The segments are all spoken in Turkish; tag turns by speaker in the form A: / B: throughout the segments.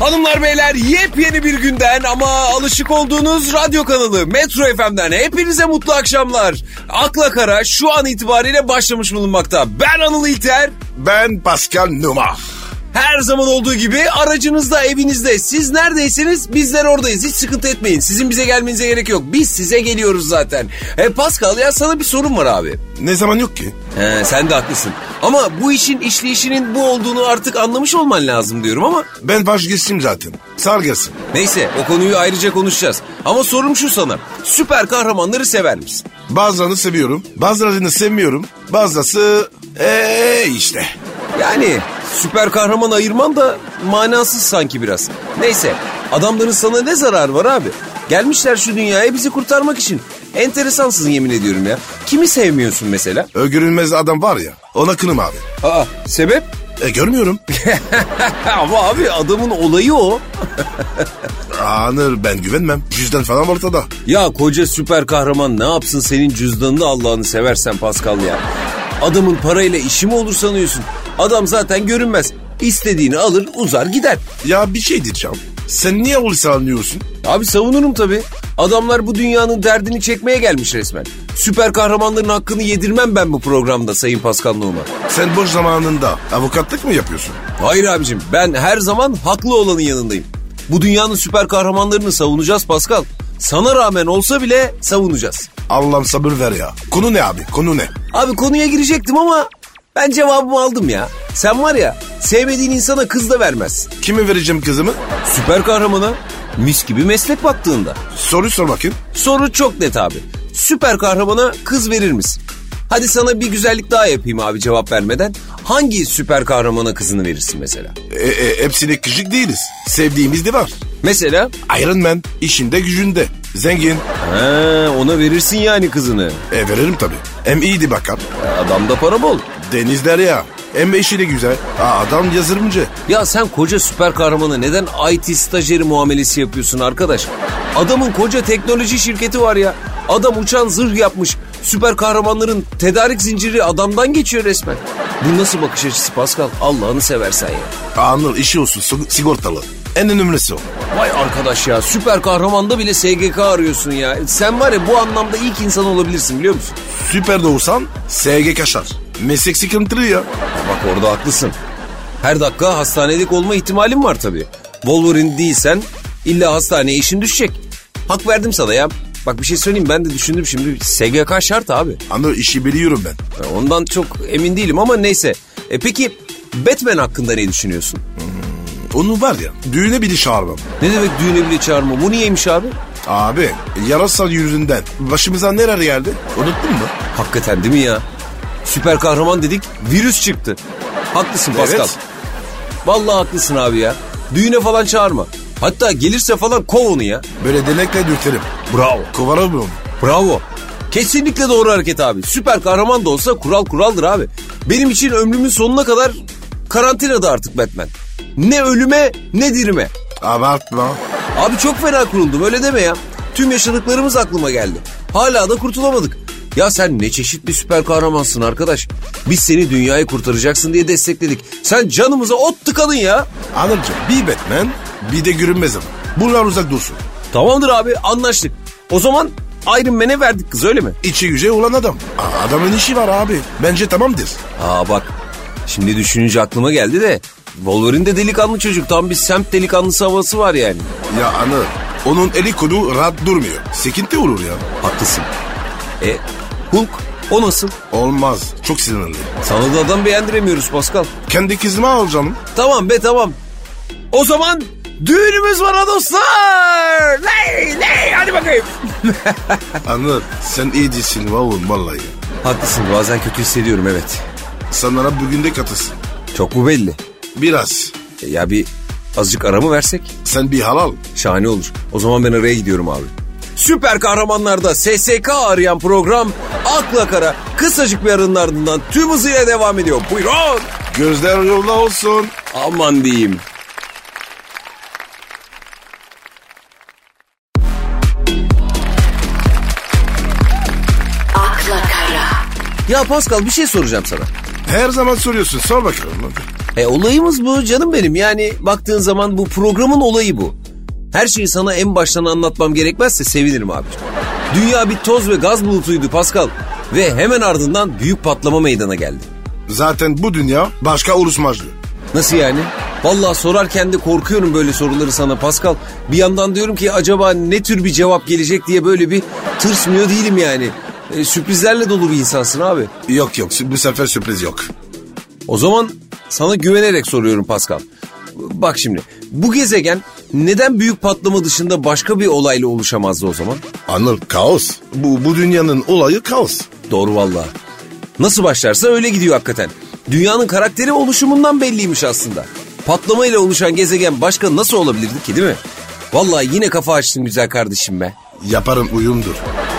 A: Hanımlar beyler yepyeni bir günden ama alışık olduğunuz radyo kanalı Metro FM'den hepinize mutlu akşamlar. Akla Kara şu an itibariyle başlamış bulunmakta. Ben Anıl İlter.
B: Ben Pascal Numa.
A: Her zaman olduğu gibi aracınızda, evinizde, siz neredeyseniz bizler oradayız. Hiç sıkıntı etmeyin. Sizin bize gelmenize gerek yok. Biz size geliyoruz zaten. E Pascal ya sana bir sorum var abi.
B: Ne zaman yok ki?
A: He, sen de haklısın. Ama bu işin işleyişinin bu olduğunu artık anlamış olman lazım diyorum ama
B: Ben vazgeçtim zaten. Sar gelsin.
A: Neyse o konuyu ayrıca konuşacağız. Ama sorum şu sana. Süper kahramanları sever misin?
B: Bazılarını seviyorum. Bazılarını sevmiyorum. Bazısı eee işte.
A: Yani süper kahraman ayırman da manasız sanki biraz. Neyse adamların sana ne zararı var abi? Gelmişler şu dünyaya bizi kurtarmak için. Enteresansın yemin ediyorum ya. Kimi sevmiyorsun mesela?
B: O görünmez adam var ya ona kınım abi.
A: Aa sebep?
B: E görmüyorum.
A: Ama abi adamın olayı o.
B: Anır ben güvenmem. Cüzdan falan ortada.
A: Ya koca süper kahraman ne yapsın senin cüzdanını Allah'ını seversen Pascal ya. Adamın parayla işi mi olur sanıyorsun? Adam zaten görünmez. İstediğini alır uzar gider.
B: Ya bir şey diyeceğim. Sen niye polisi anlıyorsun?
A: Abi savunurum tabii. Adamlar bu dünyanın derdini çekmeye gelmiş resmen. Süper kahramanların hakkını yedirmem ben bu programda Sayın Pascal Numa.
B: Sen boş zamanında avukatlık mı yapıyorsun?
A: Hayır abicim ben her zaman haklı olanın yanındayım. Bu dünyanın süper kahramanlarını savunacağız Pascal. Sana rağmen olsa bile savunacağız.
B: Allah'ım sabır ver ya. Konu ne abi? Konu ne?
A: Abi konuya girecektim ama ben cevabımı aldım ya. Sen var ya sevmediğin insana kız da vermez.
B: Kime vereceğim kızımı?
A: Süper kahramana mis gibi meslek baktığında.
B: Soru sor bakayım.
A: Soru çok net abi. Süper kahramana kız verir misin? Hadi sana bir güzellik daha yapayım abi cevap vermeden. Hangi süper kahramana kızını verirsin mesela?
B: E, e, hepsine küçük değiliz. Sevdiğimiz de var.
A: Mesela?
B: Iron Man işinde gücünde. Zengin.
A: Ha, ona verirsin yani kızını.
B: E veririm tabii. Hem iyiydi bakar.
A: Adamda para bol.
B: Denizler ya. Hem işi de güzel. Aa, adam yazılımcı.
A: Ya sen koca süper kahramana neden IT stajyeri muamelesi yapıyorsun arkadaş? Adamın koca teknoloji şirketi var ya. Adam uçan zırh yapmış. Süper kahramanların tedarik zinciri adamdan geçiyor resmen. Bu nasıl bakış açısı Pascal? Allah'ını seversen ya.
B: Anıl işi olsun sig- sigortalı. En önemlisi o.
A: Vay arkadaş ya süper kahramanda bile SGK arıyorsun ya. Sen var ya bu anlamda ilk insan olabilirsin biliyor musun?
B: Süper doğusan SG kaşar. Meslek sıkıntılı ya.
A: Bak orada haklısın. Her dakika hastanelik olma ihtimalin var tabii. Wolverine değilsen illa hastaneye işin düşecek. Hak verdim sana ya. Bak bir şey söyleyeyim ben de düşündüm şimdi SGK şart abi.
B: Anıl işi biliyorum ben.
A: Yani Ondan çok emin değilim ama neyse. E peki Batman hakkında ne düşünüyorsun?
B: Onu var ya düğüne bile çağırmam.
A: Ne demek düğüne bile çağırma? Bu niyeymiş abi?
B: Abi yarasa yüzünden başımıza neler geldi unuttun mu?
A: Hakikaten değil mi ya? Süper kahraman dedik virüs çıktı. Haklısın Pascal.
B: Evet.
A: Vallahi haklısın abi ya. Düğüne falan çağırma. Hatta gelirse falan kov onu ya.
B: Böyle denekle dürterim.
A: Bravo.
B: Kovarım onu.
A: Bravo. Kesinlikle doğru hareket abi. Süper kahraman da olsa kural kuraldır abi. Benim için ömrümün sonuna kadar karantinada artık Batman. Ne ölüme ne dirime.
B: Abartma.
A: Abi çok fena kuruldum öyle deme ya. Tüm yaşadıklarımız aklıma geldi. Hala da kurtulamadık. Ya sen ne çeşit bir süper kahramansın arkadaş. Biz seni dünyayı kurtaracaksın diye destekledik. Sen canımıza ot tıkadın ya.
B: Anılcım bir Batman bir de görünmez adam. Bunlar uzak dursun.
A: Tamamdır abi anlaştık. O zaman Iron Man'e verdik kız öyle mi?
B: İçi güce olan adam. Aa, Adamın işi var abi. Bence tamamdır.
A: Aa bak şimdi düşününce aklıma geldi de Wolverine de delikanlı çocuk tam bir semt delikanlısı havası var yani.
B: Ya Anıl onun eli kolu rahat durmuyor. Sekinti olur ya.
A: Haklısın. E Hulk o nasıl?
B: Olmaz. Çok sinirli.
A: Sana da adam beğendiremiyoruz Pascal.
B: Kendi kızıma al canım.
A: Tamam be tamam. O zaman düğünümüz var ha dostlar. Ley ley hadi bakayım.
B: Anıl sen iyi değilsin oğlum vallahi.
A: Haklısın bazen kötü hissediyorum evet.
B: Sanlara bugün de katılsın.
A: Çok mu belli?
B: Biraz.
A: E, ya bir azıcık ara mı versek?
B: Sen bir halal.
A: Şahane olur. O zaman ben araya gidiyorum abi. Süper kahramanlarda SSK arayan program Akla Kara kısacık bir aranın ardından tüm hızıyla devam ediyor. Buyurun.
B: Gözler yolda olsun.
A: Aman diyeyim.
C: Akla Kara.
A: Ya Pascal bir şey soracağım sana.
B: Her zaman soruyorsun. Sor bakalım.
A: E olayımız bu canım benim. Yani baktığın zaman bu programın olayı bu. Her şeyi sana en baştan anlatmam gerekmezse sevinirim abi. Dünya bir toz ve gaz bulutuydu Pascal. Ve hemen ardından büyük patlama meydana geldi.
B: Zaten bu dünya başka ulusmacı.
A: Nasıl yani? Vallahi sorarken de korkuyorum böyle soruları sana Pascal. Bir yandan diyorum ki acaba ne tür bir cevap gelecek diye böyle bir tırsmıyor değilim yani. E, sürprizlerle dolu bir insansın abi.
B: Yok yok bu sefer sürpriz yok.
A: O zaman sana güvenerek soruyorum Pascal. Bak şimdi bu gezegen neden büyük patlama dışında başka bir olayla oluşamazdı o zaman?
B: Anıl kaos. Bu, bu dünyanın olayı kaos.
A: Doğru valla. Nasıl başlarsa öyle gidiyor hakikaten. Dünyanın karakteri oluşumundan belliymiş aslında. Patlamayla oluşan gezegen başka nasıl olabilirdi ki değil mi? Vallahi yine kafa açtın güzel kardeşim be.
B: Yaparım uyumdur.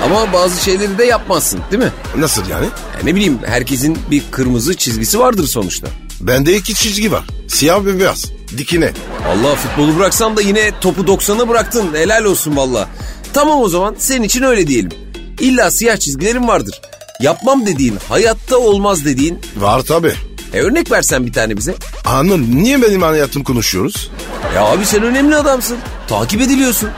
A: Ama bazı şeyleri de yapmazsın değil mi?
B: Nasıl yani?
A: Ya ne bileyim herkesin bir kırmızı çizgisi vardır sonuçta.
B: Bende iki çizgi var. Siyah ve beyaz. Dikine.
A: Allah futbolu bıraksan da yine topu 90'a bıraktın. Helal olsun valla. Tamam o zaman senin için öyle diyelim. İlla siyah çizgilerin vardır. Yapmam dediğin, hayatta olmaz dediğin.
B: Var tabi.
A: E örnek versen bir tane bize.
B: Anıl niye benim hayatım konuşuyoruz?
A: Ya abi sen önemli adamsın. Takip ediliyorsun.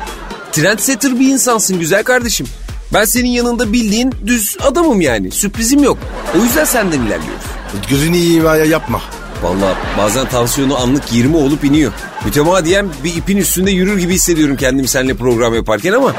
A: Trendsetter bir insansın güzel kardeşim. Ben senin yanında bildiğin düz adamım yani. Sürprizim yok. O yüzden senden ilerliyoruz.
B: Gözünü iyi veya yapma.
A: Valla bazen tansiyonu anlık 20 olup iniyor. Mütemadiyen bir ipin üstünde yürür gibi hissediyorum kendimi seninle program yaparken ama...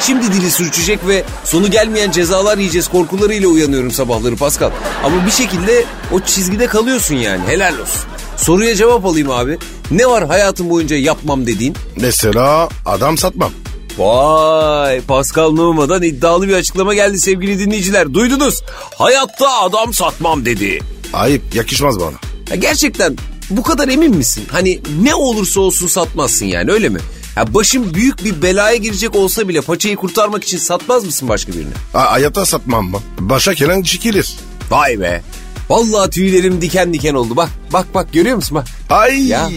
A: Şimdi dili sürçecek ve sonu gelmeyen cezalar yiyeceğiz korkularıyla uyanıyorum sabahları Pascal. Ama bir şekilde o çizgide kalıyorsun yani helal olsun. Soruya cevap alayım abi. Ne var hayatım boyunca yapmam dediğin?
B: Mesela adam satmam.
A: Vay Pascal Numa'dan iddialı bir açıklama geldi sevgili dinleyiciler. Duydunuz. Hayatta adam satmam dedi.
B: Ayıp yakışmaz bana.
A: Ya gerçekten bu kadar emin misin? Hani ne olursa olsun satmazsın yani öyle mi? Ya başım büyük bir belaya girecek olsa bile paçayı kurtarmak için satmaz mısın başka birine?
B: A hayata satmam mı? Başa gelen çekilir.
A: Vay be. Vallahi tüylerim diken diken oldu. Bak bak bak görüyor musun bak.
B: Ay.
A: Ya.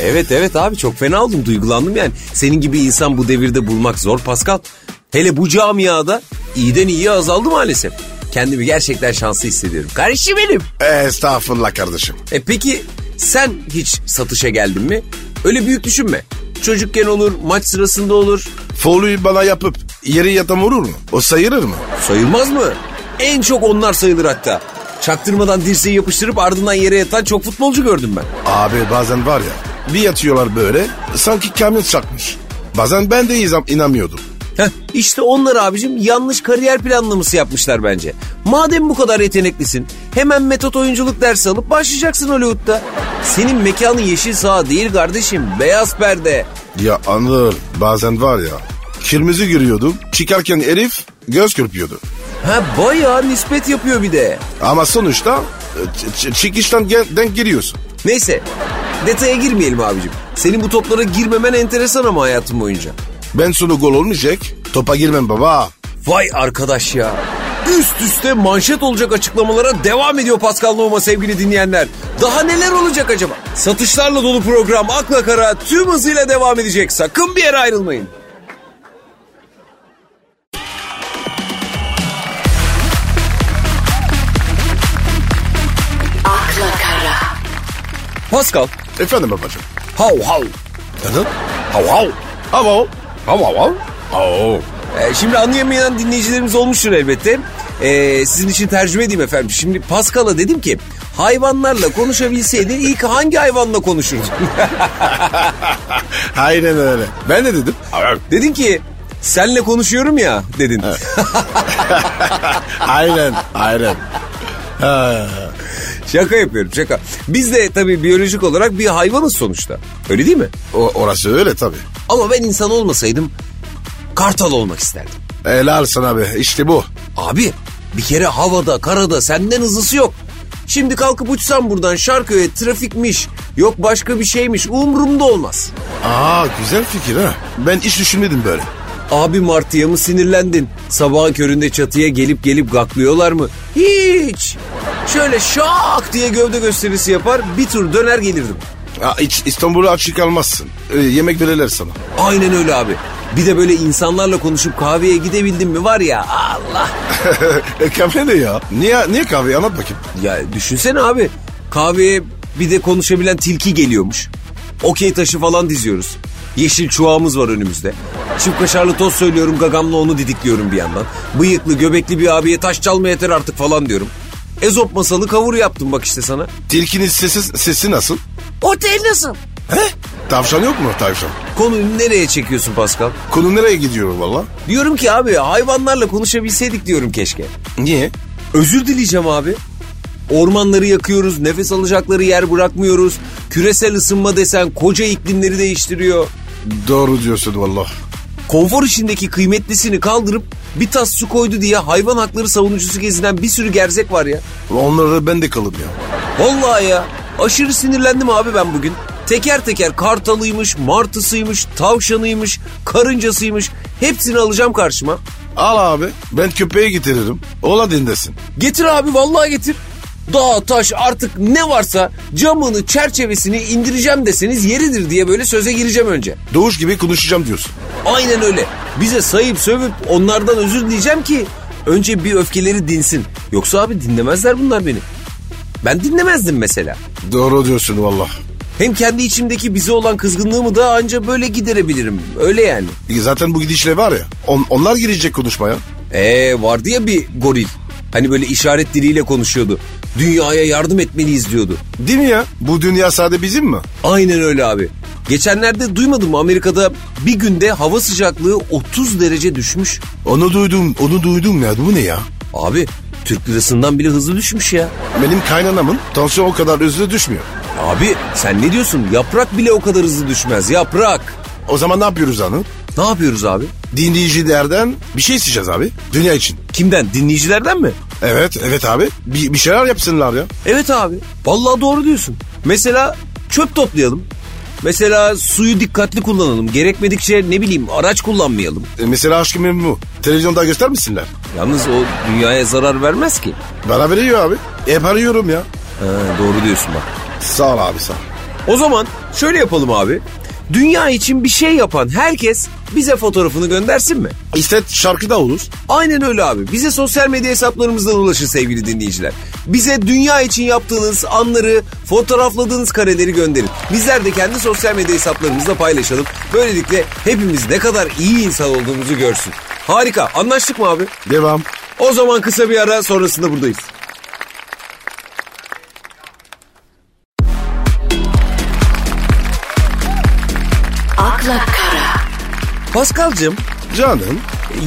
A: Evet evet abi çok fena oldum duygulandım yani. Senin gibi insan bu devirde bulmak zor Pascal. Hele bu camiada iyiden iyiye azaldı maalesef. Kendimi gerçekten şanslı hissediyorum. Kardeşim benim.
B: Estağfurullah kardeşim.
A: E peki sen hiç satışa geldin mi? Öyle büyük düşünme. Çocukken olur, maç sırasında olur.
B: Foluyu bana yapıp yeri yatam vurur mu? O sayılır mı?
A: Sayılmaz mı? En çok onlar sayılır hatta. Çaktırmadan dirseği yapıştırıp ardından yere yatan çok futbolcu gördüm ben.
B: Abi bazen var ya bir yatıyorlar böyle sanki kamyon çakmış. Bazen ben de izam- inanmıyordum.
A: Heh, işte onlar abicim yanlış kariyer planlaması yapmışlar bence. Madem bu kadar yeteneklisin hemen metot oyunculuk dersi alıp başlayacaksın Hollywood'da. Senin mekanın yeşil saha değil kardeşim beyaz perde.
B: Ya anıl bazen var ya kırmızı görüyordum çıkarken herif göz kırpıyordu.
A: Ha bayağı nispet yapıyor bir de.
B: Ama sonuçta e, ç- ç- çıkıştan gel- denk geliyorsun.
A: Neyse detaya girmeyelim abicim. Senin bu toplara girmemen enteresan ama hayatım boyunca.
B: Ben sonu gol olmayacak topa girmem baba.
A: Vay arkadaş ya. Üst üste manşet olacak açıklamalara devam ediyor Pascal Numa sevgili dinleyenler. Daha neler olacak acaba? Satışlarla dolu program akla kara tüm hızıyla devam edecek. Sakın bir yere ayrılmayın.
C: akla kara,
A: Pascal.
B: Efendim babacığım.
A: Hav hav.
B: Anıl?
A: Hav hav.
B: Hava Hava hava.
A: Ee, şimdi anlayamayan dinleyicilerimiz olmuştur elbette. Ee, sizin için tercüme edeyim efendim. Şimdi Pascal'a dedim ki hayvanlarla konuşabilseydin ilk hangi hayvanla konuşurdun?
B: Aynen öyle. Ben de dedim.
A: Dedin ki senle konuşuyorum ya dedin.
B: Aynen. Aynen.
A: Şaka yapıyorum şaka. Biz de tabii biyolojik olarak bir hayvanız sonuçta. Öyle değil mi?
B: O, orası öyle tabii.
A: Ama ben insan olmasaydım kartal olmak isterdim.
B: Helal sana be. İşte bu.
A: Abi bir kere havada karada senden hızlısı yok. Şimdi kalkıp uçsam buradan Şarköy'e trafikmiş yok başka bir şeymiş umurumda olmaz.
B: Aa güzel fikir ha. Ben hiç düşünmedim böyle.
A: Abi Martı'ya mı sinirlendin? Sabahın köründe çatıya gelip gelip gaklıyorlar mı? Hiç. Şöyle şak diye gövde gösterisi yapar bir tur döner gelirdim.
B: Aa, hiç İstanbul'a açık almazsın. Ee, yemek verirler sana.
A: Aynen öyle abi. Bir de böyle insanlarla konuşup kahveye gidebildim mi var ya Allah.
B: e kahve ne ya? Niye, niye kahve anlat bakayım.
A: Ya düşünsene abi kahveye bir de konuşabilen tilki geliyormuş. Okey taşı falan diziyoruz. Yeşil çuağımız var önümüzde. Çift kaşarlı toz söylüyorum gagamla onu didikliyorum bir yandan. Bıyıklı göbekli bir abiye taş çalma yeter artık falan diyorum. Ezop masalı kavur yaptım bak işte sana.
B: Tilkinin sesi, sesi nasıl?
A: Otel nasıl?
B: He? Tavşan yok mu tavşan?
A: Konuyu nereye çekiyorsun Pascal?
B: Konu nereye gidiyor valla?
A: Diyorum ki abi hayvanlarla konuşabilseydik diyorum keşke.
B: Niye?
A: Özür dileyeceğim abi. Ormanları yakıyoruz, nefes alacakları yer bırakmıyoruz. Küresel ısınma desen koca iklimleri değiştiriyor.
B: Doğru diyorsun valla.
A: Konfor içindeki kıymetlisini kaldırıp bir tas su koydu diye hayvan hakları savunucusu gezinen bir sürü gerzek var ya.
B: Onlara ben de kalım ya.
A: Vallahi ya aşırı sinirlendim abi ben bugün. Teker teker kartalıymış, martısıymış, tavşanıymış, karıncasıymış hepsini alacağım karşıma.
B: Al abi ben köpeği getiririm. Ola dinlesin.
A: Getir abi vallahi getir. Dağ, taş artık ne varsa camını, çerçevesini indireceğim deseniz yeridir diye böyle söze gireceğim önce.
B: Doğuş gibi konuşacağım diyorsun.
A: Aynen öyle. Bize sayıp sövüp onlardan özür dileyeceğim ki önce bir öfkeleri dinsin. Yoksa abi dinlemezler bunlar beni. Ben dinlemezdim mesela.
B: Doğru diyorsun valla.
A: Hem kendi içimdeki bize olan kızgınlığımı da anca böyle giderebilirim. Öyle yani.
B: E Zaten bu gidişle var ya on- onlar girecek konuşmaya.
A: Ee vardı ya bir goril. Hani böyle işaret diliyle konuşuyordu. Dünyaya yardım etmeliyiz diyordu.
B: Değil mi ya? Bu dünya sade bizim mi?
A: Aynen öyle abi. Geçenlerde duymadım mı Amerika'da bir günde hava sıcaklığı 30 derece düşmüş.
B: Onu duydum, onu duydum ya. Bu ne ya?
A: Abi Türk lirasından bile hızlı düşmüş ya.
B: Benim kaynanamın tansiyon o kadar hızlı düşmüyor.
A: Abi sen ne diyorsun? Yaprak bile o kadar hızlı düşmez. Yaprak.
B: O zaman ne yapıyoruz hanım?
A: Ne yapıyoruz abi?
B: Dinleyicilerden bir şey isteyeceğiz abi. Dünya için.
A: Kimden? Dinleyicilerden mi?
B: Evet, evet abi. Bir, bir şeyler yapsınlar ya.
A: Evet abi. Vallahi doğru diyorsun. Mesela çöp toplayalım. Mesela suyu dikkatli kullanalım. Gerekmedikçe ne bileyim araç kullanmayalım.
B: E, mesela aşkı memnu. Televizyonda göstermesinler.
A: Yalnız o dünyaya zarar vermez ki.
B: Bana veriyor abi. Hep arıyorum ya.
A: Ha, doğru diyorsun bak.
B: Sağ ol abi sağ ol.
A: O zaman şöyle yapalım abi. Dünya için bir şey yapan herkes bize fotoğrafını göndersin mi?
B: İşte şarkı da olur.
A: Aynen öyle abi. Bize sosyal medya hesaplarımızdan ulaşın sevgili dinleyiciler. Bize dünya için yaptığınız anları, fotoğrafladığınız kareleri gönderin. Bizler de kendi sosyal medya hesaplarımızla paylaşalım. Böylelikle hepimiz ne kadar iyi insan olduğumuzu görsün. Harika. Anlaştık mı abi?
B: Devam.
A: O zaman kısa bir ara sonrasında buradayız.
C: akla kara,
A: Paskal'cığım,
B: Canım.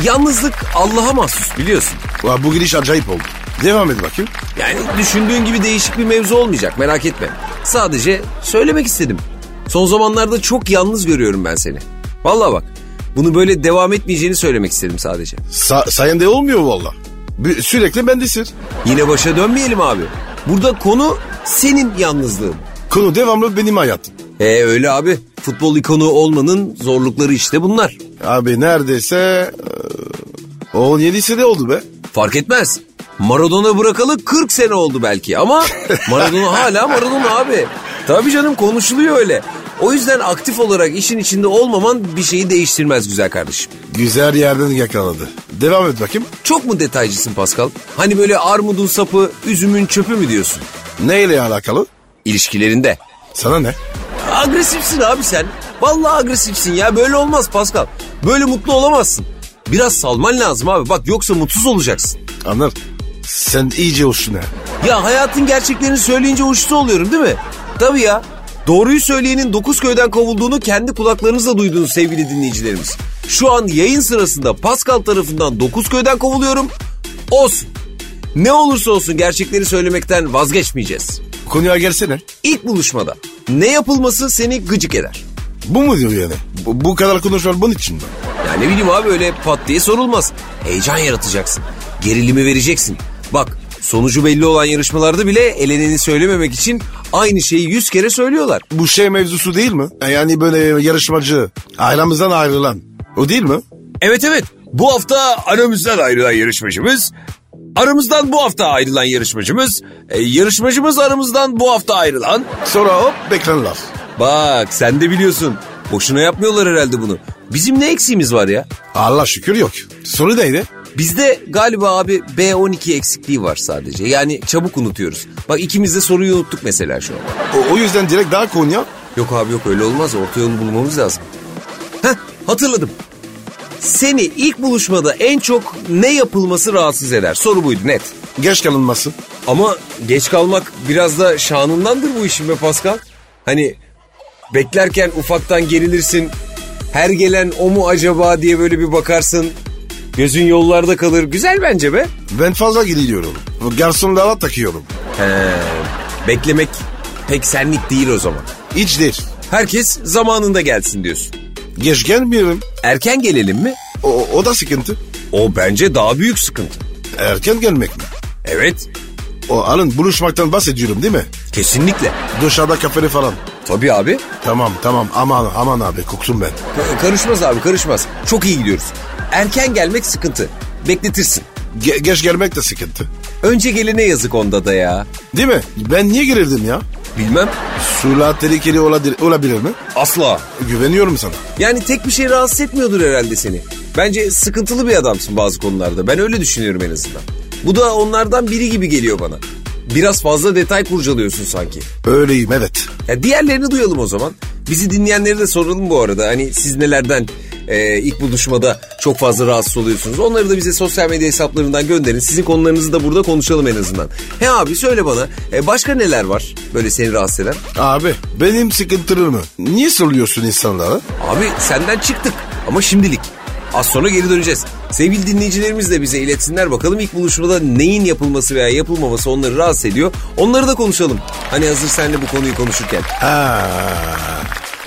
A: yalnızlık Allah'a mahsus biliyorsun.
B: Ulan bu gidiş acayip oldu. Devam et bakayım.
A: Yani düşündüğün gibi değişik bir mevzu olmayacak merak etme. Sadece söylemek istedim. Son zamanlarda çok yalnız görüyorum ben seni. Vallahi bak bunu böyle devam etmeyeceğini söylemek istedim sadece.
B: Sa- sayende olmuyor valla. Bir- Sürekli bendesin.
A: Yine başa dönmeyelim abi. Burada konu senin yalnızlığın.
B: Konu devamlı benim hayatım.
A: E öyle abi. Futbol ikonu olmanın zorlukları işte bunlar.
B: Abi neredeyse... E, 17'si de oldu be.
A: Fark etmez. Maradona bırakalı 40 sene oldu belki ama Maradona hala Maradona abi. Tabii canım konuşuluyor öyle. O yüzden aktif olarak işin içinde olmaman bir şeyi değiştirmez güzel kardeşim.
B: Güzel yerden yakaladı. Devam et bakayım.
A: Çok mu detaycısın Pascal? Hani böyle armudun sapı, üzümün çöpü mü diyorsun?
B: Neyle alakalı?
A: İlişkilerinde.
B: Sana ne?
A: Agresifsin abi sen. Vallahi agresifsin ya böyle olmaz Pascal. Böyle mutlu olamazsın. Biraz salman lazım abi bak yoksa mutsuz olacaksın.
B: Anlar. Sen iyice olsun ha.
A: Ya hayatın gerçeklerini söyleyince uçtu oluyorum değil mi? Tabii ya. Doğruyu söyleyenin dokuz köyden kovulduğunu kendi kulaklarınızla duydunuz sevgili dinleyicilerimiz. Şu an yayın sırasında Pascal tarafından dokuz köyden kovuluyorum. Olsun. Ne olursa olsun gerçekleri söylemekten vazgeçmeyeceğiz.
B: Konuya gelsene.
A: İlk buluşmada ne yapılması seni gıcık eder?
B: Bu mu diyor yani? Bu, bu kadar konuşmalar bunun için mi?
A: Ya ne bileyim abi öyle pat diye sorulmaz. Heyecan yaratacaksın. Gerilimi vereceksin. Bak sonucu belli olan yarışmalarda bile eleneni söylememek için aynı şeyi yüz kere söylüyorlar.
B: Bu şey mevzusu değil mi? E Yani böyle yarışmacı ailemizden ayrılan. O değil mi?
A: Evet evet bu hafta aramızdan ayrılan yarışmacımız... Aramızdan bu hafta ayrılan yarışmacımız, e, yarışmacımız aramızdan bu hafta ayrılan.
B: Sonra hop beklenirler.
A: Bak sen de biliyorsun. Boşuna yapmıyorlar herhalde bunu. Bizim ne eksiğimiz var ya?
B: Allah şükür yok. Soru neydi?
A: Bizde galiba abi B12 eksikliği var sadece. Yani çabuk unutuyoruz. Bak ikimiz de soruyu unuttuk mesela şu an.
B: O, o yüzden direkt daha Konya.
A: Yok abi yok öyle olmaz. Orta yolu bulmamız lazım. Heh hatırladım. Seni ilk buluşmada en çok ne yapılması rahatsız eder? Soru buydu net.
B: Geç kalınmasın.
A: Ama geç kalmak biraz da şanındandır bu işin be Pascal. Hani beklerken ufaktan gerilirsin. Her gelen o mu acaba diye böyle bir bakarsın. Gözün yollarda kalır. Güzel bence be.
B: Ben fazla geriliyorum. Garsonlara takıyorum.
A: He, beklemek pek senlik değil o zaman.
B: Hiç değil.
A: Herkes zamanında gelsin diyorsun.
B: Geç gelmiyorum.
A: Erken gelelim mi?
B: O, o da sıkıntı.
A: O bence daha büyük sıkıntı.
B: Erken gelmek mi?
A: Evet,
B: O alın buluşmaktan bahsediyorum değil mi?
A: kesinlikle.
B: Dışarıda kafeli falan.
A: Tabii abi.
B: Tamam tamam aman aman abi koktum ben.
A: Ka- karışmaz abi, karışmaz. Çok iyi gidiyoruz. Erken gelmek sıkıntı. Bekletirsin.
B: Ge- geç gelmek de sıkıntı.
A: Önce gelene yazık onda da ya.
B: Değil mi? Ben niye girildim ya?
A: Bilmem.
B: Sula tehlikeli oladir- olabilir mi?
A: Asla.
B: Güveniyorum sana.
A: Yani tek bir şey rahatsız etmiyordur herhalde seni. Bence sıkıntılı bir adamsın bazı konularda. Ben öyle düşünüyorum en azından. Bu da onlardan biri gibi geliyor bana. Biraz fazla detay kurcalıyorsun sanki.
B: Öyleyim evet.
A: Ya diğerlerini duyalım o zaman. Bizi dinleyenlere de soralım bu arada. Hani siz nelerden e, ilk buluşmada çok fazla rahatsız oluyorsunuz. Onları da bize sosyal medya hesaplarından gönderin. Sizin konularınızı da burada konuşalım en azından. He abi söyle bana e, başka neler var böyle seni rahatsız eden?
B: Abi benim sıkıntımı niye soruyorsun insanlara?
A: Abi senden çıktık ama şimdilik. Az sonra geri döneceğiz. Sevgili dinleyicilerimiz de bize iletsinler bakalım ilk buluşmada neyin yapılması veya yapılmaması onları rahatsız ediyor. Onları da konuşalım. Hani hazır seninle bu konuyu konuşurken.
B: Ha,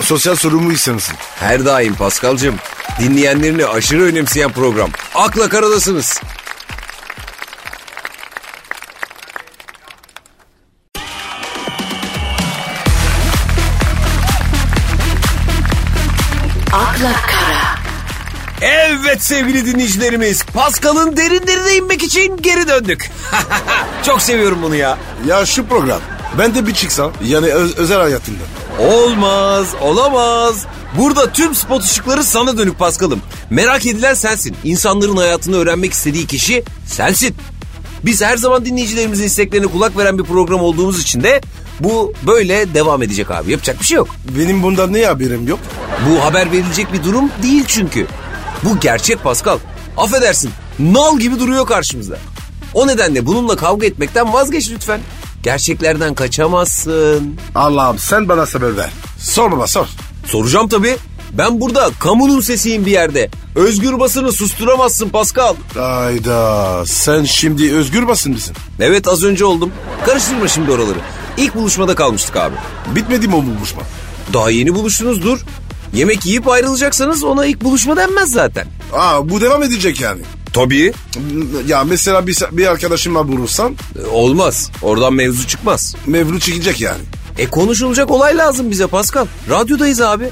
B: sosyal sorumluysanız.
A: Her daim Paskal'cığım dinleyenlerini aşırı önemseyen program. Akla karadasınız.
C: Akla Kara.
A: Evet sevgili dinleyicilerimiz Paskal'ın derin derine inmek için geri döndük. Çok seviyorum bunu ya.
B: Ya şu program. Ben de bir çıksam yani ö- özel hayatımda.
A: Olmaz, olamaz. Burada tüm spot ışıkları sana dönük Paskal'ım. Merak edilen sensin. İnsanların hayatını öğrenmek istediği kişi sensin. Biz her zaman dinleyicilerimizin isteklerine kulak veren bir program olduğumuz için de bu böyle devam edecek abi. Yapacak bir şey yok.
B: Benim bundan ne haberim yok?
A: Bu haber verilecek bir durum değil çünkü. Bu gerçek Pascal. Affedersin nal gibi duruyor karşımızda. O nedenle bununla kavga etmekten vazgeç lütfen. Gerçeklerden kaçamazsın.
B: Allah'ım sen bana sebep ver. Sor baba sor.
A: Soracağım tabii. Ben burada kamunun sesiyim bir yerde. Özgür basını susturamazsın Pascal.
B: Hayda sen şimdi özgür basın mısın?
A: Evet az önce oldum. Karıştırma şimdi oraları. İlk buluşmada kalmıştık abi.
B: Bitmedi mi o buluşma?
A: Daha yeni buluştunuz dur. Yemek yiyip ayrılacaksanız ona ilk buluşma denmez zaten.
B: Aa bu devam edecek yani.
A: Tabii.
B: Ya mesela bir, bir arkadaşımla buluşsam
A: Olmaz. Oradan mevzu çıkmaz.
B: mevlu çekecek yani.
A: E konuşulacak olay lazım bize Pascal. Radyodayız abi.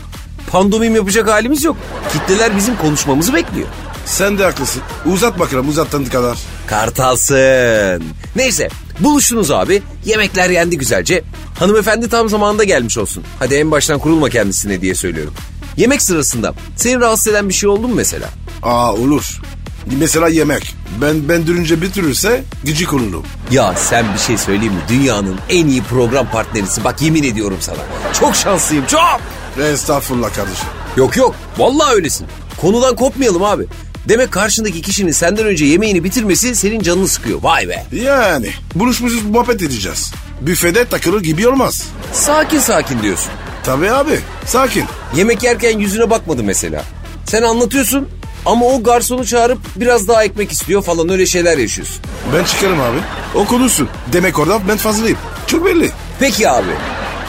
A: Pandomim yapacak halimiz yok. Kitleler bizim konuşmamızı bekliyor.
B: Sen de haklısın. Uzat bakalım uzattığın kadar.
A: Kartalsın. Neyse buluştunuz abi. Yemekler yendi güzelce. Hanımefendi tam zamanında gelmiş olsun. Hadi en baştan kurulma kendisine diye söylüyorum. Yemek sırasında seni rahatsız eden bir şey oldu mu mesela?
B: Aa olur. Mesela yemek. Ben ben dönünce bitirirse gıcık olurum.
A: Ya sen bir şey söyleyeyim mi? Dünyanın en iyi program partnerisi. Bak yemin ediyorum sana. Çok şanslıyım çok.
B: Estağfurullah kardeşim.
A: Yok yok vallahi öylesin. Konudan kopmayalım abi. Demek karşındaki kişinin senden önce yemeğini bitirmesi senin canını sıkıyor. Vay be.
B: Yani buluşmuşuz muhabbet edeceğiz. Büfede takılır gibi olmaz.
A: Sakin sakin diyorsun.
B: Tabii abi sakin.
A: Yemek yerken yüzüne bakmadı mesela. Sen anlatıyorsun ama o garsonu çağırıp biraz daha ekmek istiyor falan öyle şeyler yaşıyorsun.
B: Ben çıkarım abi. O konuşsun. Demek orada ben fazlayım. Çok belli.
A: Peki abi.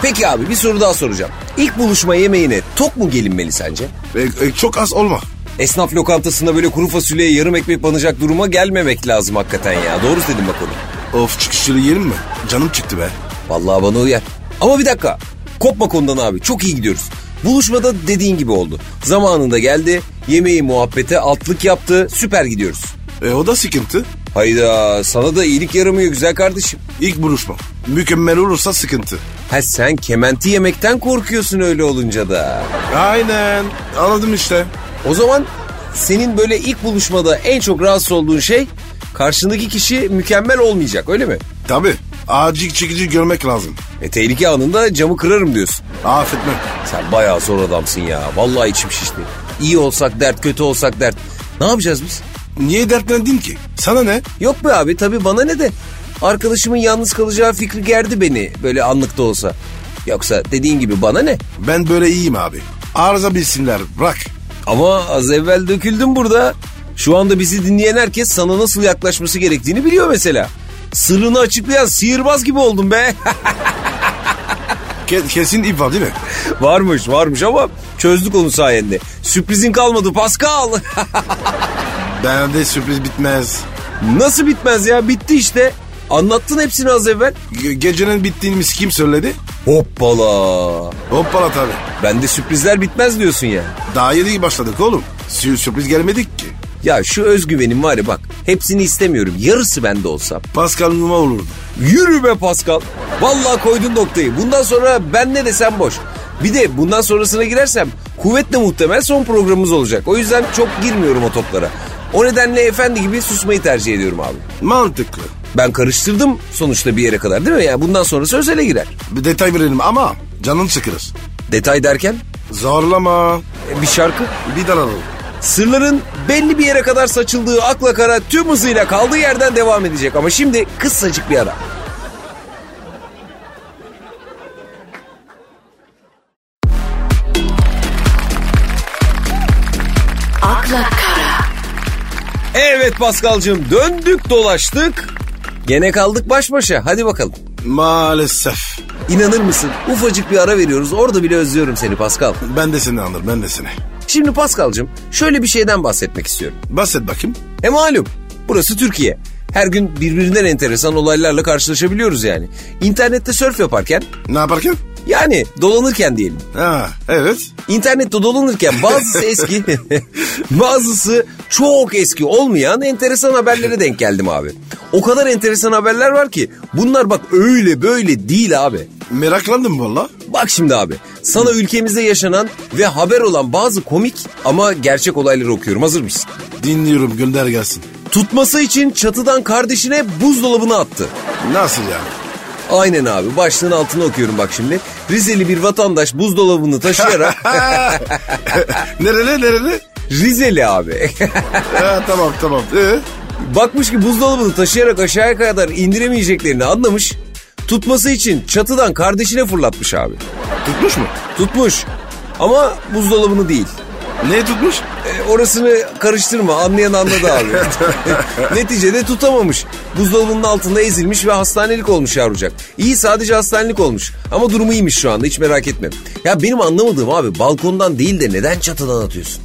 A: Peki abi bir soru daha soracağım. İlk buluşma yemeğine tok mu gelinmeli sence?
B: E, e, çok az olma.
A: Esnaf lokantasında böyle kuru fasulyeye yarım ekmek banacak duruma gelmemek lazım hakikaten ya. Doğru dedim bak onu.
B: Of çıkışları yerim mi? Canım çıktı be.
A: Vallahi bana uyar. Ama bir dakika. Kopma konudan abi. Çok iyi gidiyoruz. Buluşmada dediğin gibi oldu. Zamanında geldi. Yemeği muhabbete altlık yaptı. Süper gidiyoruz.
B: E, o da sıkıntı.
A: Hayda sana da iyilik yaramıyor güzel kardeşim.
B: İlk buluşma. Mükemmel olursa sıkıntı.
A: Ha sen kementi yemekten korkuyorsun öyle olunca da.
B: Aynen. Anladım işte.
A: O zaman senin böyle ilk buluşmada en çok rahatsız olduğun şey karşındaki kişi mükemmel olmayacak öyle mi?
B: Tabii. Acil çekici görmek lazım.
A: E tehlike anında camı kırarım diyorsun.
B: Affetme.
A: Sen bayağı zor adamsın ya. Vallahi içim şişti. İyi olsak dert, kötü olsak dert. Ne yapacağız biz?
B: Niye dertlendin ki? Sana ne?
A: Yok be abi tabii bana ne de. Arkadaşımın yalnız kalacağı fikri gerdi beni böyle anlık da olsa. Yoksa dediğin gibi bana ne?
B: Ben böyle iyiyim abi. Arıza bilsinler. Bırak.
A: Ama az evvel döküldüm burada. Şu anda bizi dinleyen herkes sana nasıl yaklaşması gerektiğini biliyor mesela. Sırrını açıklayan sihirbaz gibi oldum be.
B: Ke- kesin ip var değil mi?
A: varmış varmış ama çözdük onu sayende. Sürprizin kalmadı Pascal.
B: Bende sürpriz bitmez.
A: nasıl bitmez ya bitti işte. Anlattın hepsini az evvel.
B: Ge- gecenin bittiğimiz kim söyledi?
A: Hoppala.
B: Hoppala tabii.
A: Bende sürprizler bitmez diyorsun ya.
B: Daha yeni başladık oğlum. Sür- sürpriz gelmedik ki.
A: Ya şu özgüvenim var ya bak hepsini istemiyorum. Yarısı bende olsa.
B: Pascal Numa olurdu.
A: Yürü be Pascal. Vallahi koydun noktayı. Bundan sonra ben ne desem boş. Bir de bundan sonrasına girersem kuvvetle muhtemel son programımız olacak. O yüzden çok girmiyorum o toplara. O nedenle efendi gibi susmayı tercih ediyorum abi.
B: Mantıklı.
A: Ben karıştırdım sonuçta bir yere kadar değil mi? Yani bundan sonrası özele girer.
B: Bir detay verelim ama canın sıkılır.
A: Detay derken
B: Zorlama.
A: e, bir şarkı
B: Bir dalalım.
A: Sırların belli bir yere kadar saçıldığı akla kara tüm hızıyla kaldığı yerden devam edecek. Ama şimdi kısacık bir ara.
C: Akla kara.
A: Evet Paskal'cığım döndük dolaştık. Gene kaldık baş başa. Hadi bakalım.
B: Maalesef.
A: İnanır mısın? Ufacık bir ara veriyoruz. Orada bile özlüyorum seni Paskal.
B: Ben de seni anlarım ben de seni.
A: Şimdi Paskal'cığım şöyle bir şeyden bahsetmek istiyorum.
B: Bahset bakayım.
A: E malum burası Türkiye. Her gün birbirinden enteresan olaylarla karşılaşabiliyoruz yani. İnternette sörf yaparken
B: Ne yaparken?
A: yani dolanırken diyelim.
B: Ha evet.
A: İnternette dolanırken bazısı eski, bazısı çok eski olmayan enteresan haberlere denk geldim abi. O kadar enteresan haberler var ki bunlar bak öyle böyle değil abi.
B: Meraklandım valla.
A: Bak şimdi abi sana ülkemizde yaşanan ve haber olan bazı komik ama gerçek olayları okuyorum hazır mısın?
B: Dinliyorum gönder gelsin.
A: Tutması için çatıdan kardeşine buzdolabını attı.
B: Nasıl yani?
A: Aynen abi başlığın altına okuyorum bak şimdi. Rizeli bir vatandaş buzdolabını taşıyarak...
B: Nereli nereli?
A: Rizeli abi.
B: Ha, tamam tamam. Ee,
A: Bakmış ki buzdolabını taşıyarak aşağıya kadar indiremeyeceklerini anlamış. Tutması için çatıdan kardeşine fırlatmış abi.
B: tutmuş mu?
A: Tutmuş ama buzdolabını değil.
B: Ne tutmuş?
A: E, orasını karıştırma anlayan anladı abi. Neticede tutamamış. Buzdolabının altında ezilmiş ve hastanelik olmuş yavrucak. İyi sadece hastanelik olmuş. Ama durumu iyiymiş şu anda hiç merak etme. Ya benim anlamadığım abi balkondan değil de neden çatıdan atıyorsun?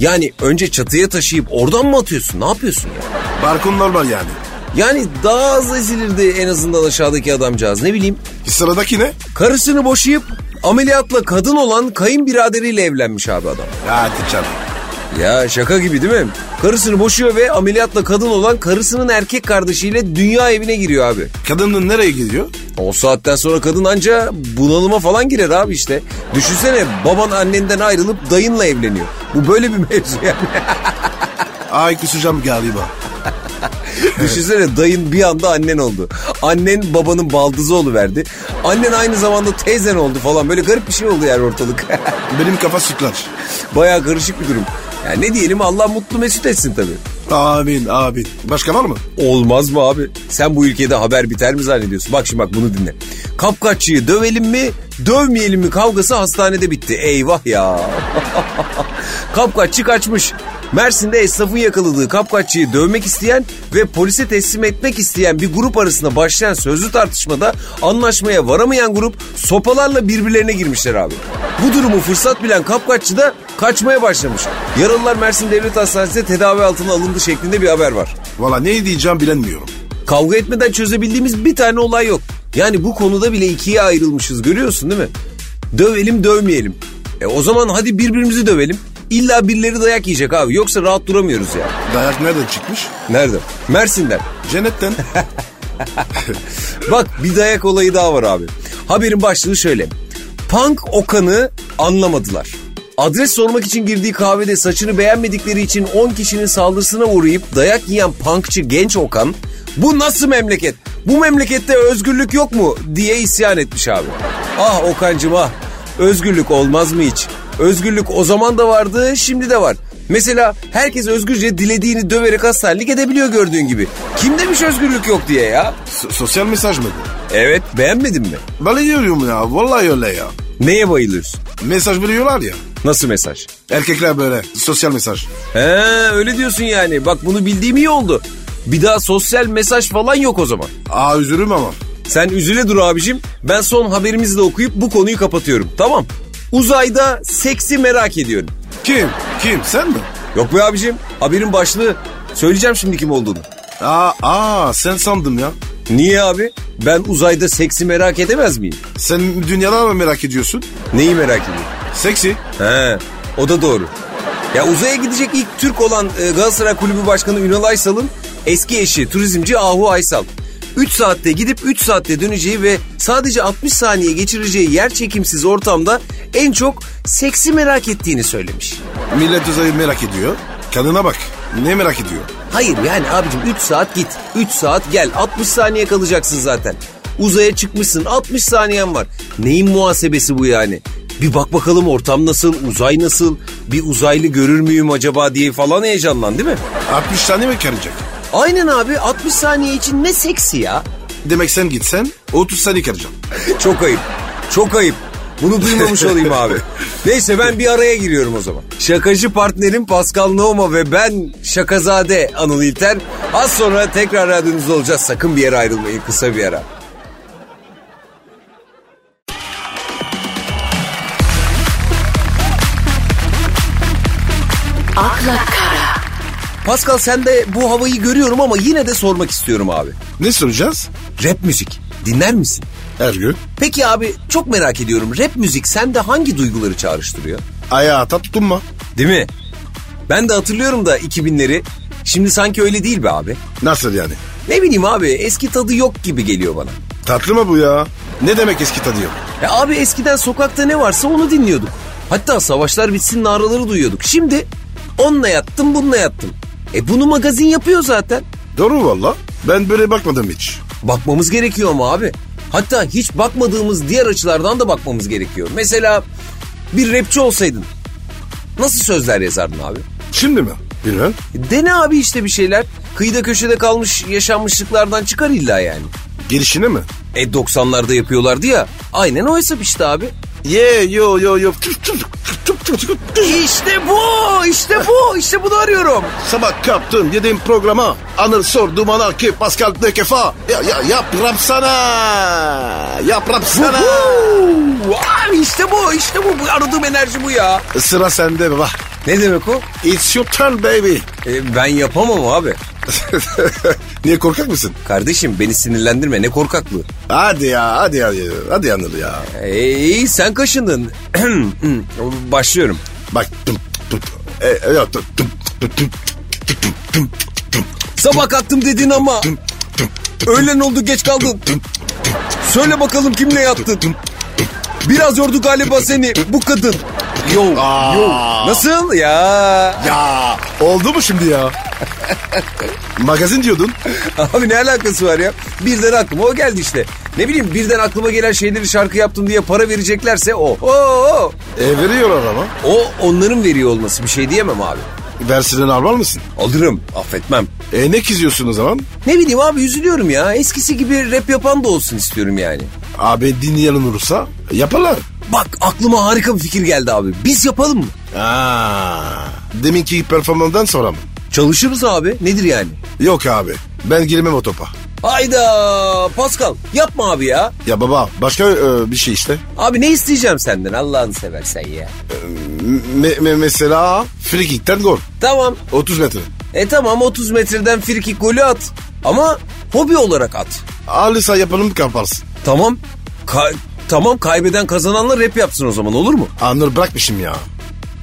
A: Yani önce çatıya taşıyıp oradan mı atıyorsun? Ne yapıyorsun ya?
B: Balkon normal yani.
A: Yani daha az ezilirdi en azından aşağıdaki adamcağız ne bileyim.
B: E, Sıradaki ne?
A: Karısını boşayıp ameliyatla kadın olan kayınbiraderiyle evlenmiş abi adam.
B: Hadi canım.
A: Ya şaka gibi değil mi? Karısını boşuyor ve ameliyatla kadın olan karısının erkek kardeşiyle dünya evine giriyor abi.
B: Kadının nereye gidiyor?
A: O saatten sonra kadın anca bunalıma falan girer abi işte. Düşünsene baban annenden ayrılıp dayınla evleniyor. Bu böyle bir mevzu yani.
B: Ay kusacağım galiba.
A: Düşünsene dayın bir anda annen oldu. Annen babanın baldızı verdi. Annen aynı zamanda teyzen oldu falan. Böyle garip bir şey oldu yani ortalık.
B: Benim kafa sütlaç.
A: Bayağı karışık bir durum. Yani ne diyelim Allah mutlu mesut etsin tabii.
B: Amin amin. Başka var mı?
A: Olmaz mı abi? Sen bu ülkede haber biter mi zannediyorsun? Bak şimdi bak bunu dinle. Kapkaççıyı dövelim mi, dövmeyelim mi kavgası hastanede bitti. Eyvah ya. Kapkaççı kaçmış. Mersin'de esnafın yakaladığı kapkaççıyı dövmek isteyen ve polise teslim etmek isteyen bir grup arasında başlayan sözlü tartışmada anlaşmaya varamayan grup sopalarla birbirlerine girmişler abi. Bu durumu fırsat bilen kapkaççı da kaçmaya başlamış. Yaralılar Mersin Devlet Hastanesi'ne tedavi altına alındı şeklinde bir haber var.
B: Valla ne diyeceğim bilemiyorum.
A: Kavga etmeden çözebildiğimiz bir tane olay yok. Yani bu konuda bile ikiye ayrılmışız görüyorsun değil mi? Dövelim dövmeyelim. E o zaman hadi birbirimizi dövelim. İlla birileri dayak yiyecek abi yoksa rahat duramıyoruz ya.
B: Dayak nereden çıkmış?
A: Nerede? Mersin'den.
B: Cennetten.
A: Bak bir dayak olayı daha var abi. Haberin başlığı şöyle. Punk Okan'ı anlamadılar. Adres sormak için girdiği kahvede saçını beğenmedikleri için 10 kişinin saldırısına uğrayıp dayak yiyen punkçı genç Okan bu nasıl memleket? Bu memlekette özgürlük yok mu? diye isyan etmiş abi. Ah Okancım ah. Özgürlük olmaz mı hiç? Özgürlük o zaman da vardı, şimdi de var. Mesela herkes özgürce dilediğini döverek hastanelik edebiliyor gördüğün gibi. Kim demiş özgürlük yok diye ya?
B: So- sosyal mesaj mı bu?
A: Evet, beğenmedin mi?
B: Bayılıyorum ya vallahi öyle ya.
A: Neye bayılıyorsun?
B: Mesaj veriyorlar ya.
A: Nasıl mesaj?
B: Erkekler böyle sosyal mesaj.
A: He öyle diyorsun yani. Bak bunu bildiğim iyi oldu. Bir daha sosyal mesaj falan yok o zaman.
B: Aa üzülürüm ama.
A: Sen üzüle dur abicim. Ben son haberimizi de okuyup bu konuyu kapatıyorum. Tamam. Uzayda seksi merak ediyorum.
B: Kim? Kim? Sen mi?
A: Yok be abicim. Haberin başlığı. Söyleyeceğim şimdi kim olduğunu.
B: Aa, aa sen sandım ya.
A: Niye abi? Ben uzayda seksi merak edemez miyim?
B: Sen dünyada mı merak ediyorsun?
A: Neyi merak ediyorum?
B: Seksi.
A: He, o da doğru. Ya uzaya gidecek ilk Türk olan e, Galatasaray Kulübü Başkanı Ünal Aysal'ın eski eşi turizmci Ahu Aysal. 3 saatte gidip 3 saatte döneceği ve sadece 60 saniye geçireceği yer çekimsiz ortamda en çok seksi merak ettiğini söylemiş.
B: Millet uzayı merak ediyor. Kadına bak. Ne merak ediyor?
A: Hayır yani abicim 3 saat git, 3 saat gel. 60 saniye kalacaksın zaten. Uzaya çıkmışsın 60 saniyen var. Neyin muhasebesi bu yani? Bir bak bakalım ortam nasıl, uzay nasıl, bir uzaylı görür müyüm acaba diye falan heyecanlan değil mi?
B: 60 tane mi karacak?
A: Aynen abi 60 saniye için ne seksi ya.
B: Demek sen gitsen 30 saniye karacak.
A: Çok ayıp, çok ayıp. Bunu duymamış olayım abi. Neyse ben bir araya giriyorum o zaman. Şakacı partnerim Pascal Nohma ve ben Şakazade Anıl İlter. Az sonra tekrar radyonuzda olacağız. Sakın bir yere ayrılmayın kısa bir ara.
C: akla kara,
A: Pascal sen de bu havayı görüyorum ama yine de sormak istiyorum abi.
B: Ne soracağız?
A: Rap müzik dinler misin?
B: Her gün.
A: Peki abi çok merak ediyorum rap müzik sende hangi duyguları çağrıştırıyor?
B: Ayağa ata tutunma.
A: Değil mi? Ben de hatırlıyorum da 2000'leri. Şimdi sanki öyle değil be abi.
B: Nasıl yani?
A: Ne bileyim abi eski tadı yok gibi geliyor bana.
B: Tatlı mı bu ya? Ne demek eski tadı yok?
A: E abi eskiden sokakta ne varsa onu dinliyorduk. Hatta savaşlar bitsin naraları duyuyorduk. Şimdi onunla yattım bununla yattım. E bunu magazin yapıyor zaten.
B: Doğru valla. Ben böyle bakmadım hiç.
A: Bakmamız gerekiyor ama abi. Hatta hiç bakmadığımız diğer açılardan da bakmamız gerekiyor. Mesela bir rapçi olsaydın nasıl sözler yazardın abi?
B: Şimdi mi? Bilmem.
A: E Dene abi işte bir şeyler. Kıyıda köşede kalmış yaşanmışlıklardan çıkar illa yani.
B: Girişine mi?
A: E 90'larda yapıyorlardı ya. Aynen o hesap işte abi.
B: Ye yo yo yo.
A: İşte bu, işte bu, işte bunu arıyorum.
B: Sabah kaptım yediğim programa. Anır sor dumana ki Pascal de kefa. Ya, ya, yap rap sana. Yap rap sana.
A: Abi işte bu, işte bu, bu aradığım enerji bu ya.
B: Sıra sende baba.
A: Ne demek o?
B: It's your turn baby.
A: E, ben yapamam abi.
B: Niye korkak mısın?
A: Kardeşim beni sinirlendirme ne korkaklığı.
B: Hadi ya hadi ya hadi Anır ya.
A: E, iyi sen kaşındın. Başlıyorum.
B: Bak. Tüm, tüm, tüm. E, ya, tüm, tüm, tüm, tüm, tüm, tüm, tüm, tüm,
A: Sabah kalktım dedin ama
B: tüm, tüm, tüm,
A: öğlen oldu geç kaldın.
B: tüm,
A: Söyle bakalım kimle yattın?
B: tüm, tüm.
A: Biraz yordu galiba seni bu kadın. Yo,
B: Aa.
A: yo. Nasıl ya?
B: Ya oldu mu şimdi ya? Magazin diyordun.
A: Abi ne alakası var ya? Birden aklıma o geldi işte. Ne bileyim birden aklıma gelen şeyleri şarkı yaptım diye para vereceklerse o. O, o.
B: E veriyorlar ama.
A: O onların veriyor olması bir şey diyemem abi.
B: Versinden almalı mısın?
A: Alırım affetmem.
B: E ne kiziyorsun o zaman?
A: Ne bileyim abi üzülüyorum ya. Eskisi gibi rap yapan da olsun istiyorum yani.
B: Abi dinleyen olursa yaparlar.
A: Bak aklıma harika bir fikir geldi abi. Biz yapalım mı?
B: Aa. Deminki performandan sonra mı?
A: Çalışırız abi. Nedir yani?
B: Yok abi ben girmem o topa.
A: Hayda Pascal yapma abi ya.
B: Ya baba başka e, bir şey işte.
A: Abi ne isteyeceğim senden Allah'ını seversen ya.
B: Me- me- mesela free kickten gol.
A: Tamam
B: 30 metre.
A: e tamam 30 metreden frikik golü at. Ama hobi olarak at.
B: Alırsa yapalım kaparsın.
A: Tamam. Ka- tamam kaybeden kazananla rap yapsın o zaman olur mu?
B: Anır bırakmışım ya.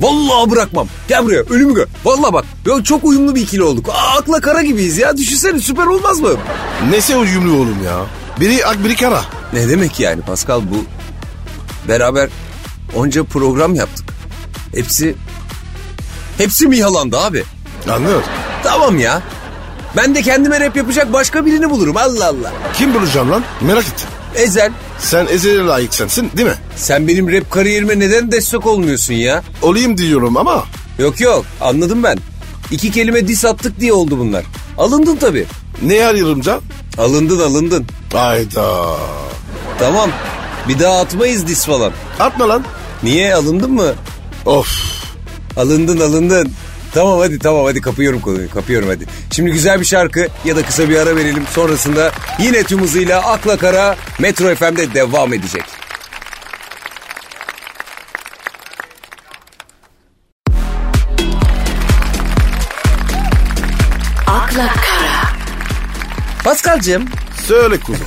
A: Vallahi bırakmam. Gel buraya ölümü gör. Vallahi bak ya çok uyumlu bir ikili olduk. Aa, akla kara gibiyiz ya düşünsene süper olmaz mı?
B: Neyse uyumlu oğlum ya. Biri ak biri kara.
A: Ne demek yani Pascal bu? Beraber onca program yaptık. Hepsi... Hepsi mi yalandı abi?
B: Anlıyor.
A: Tamam ya. Ben de kendime rap yapacak başka birini bulurum Allah Allah.
B: Kim bulacağım lan? Merak ettim.
A: Ezel
B: Sen ezeli layık sensin değil mi?
A: sen benim rap kariyerime neden destek olmuyorsun ya?
B: Olayım diyorum ama
A: Yok yok anladım ben. İki kelime dis attık diye oldu bunlar. Alındın tabii.
B: neye arıyorum can?
A: Alındın alındın.
B: Hayda.
A: Tamam bir daha atmayız dis falan.
B: Atma lan.
A: Niye alındın mı?
B: Of.
A: Alındın alındın. Tamam hadi tamam hadi kapıyorum konuyu kapıyorum hadi. Şimdi güzel bir şarkı ya da kısa bir ara verelim. Sonrasında yine tüm hızıyla Akla Kara Metro FM'de devam edecek.
C: Akla Kara.
A: Paskal'cığım.
B: Söyle kuzum.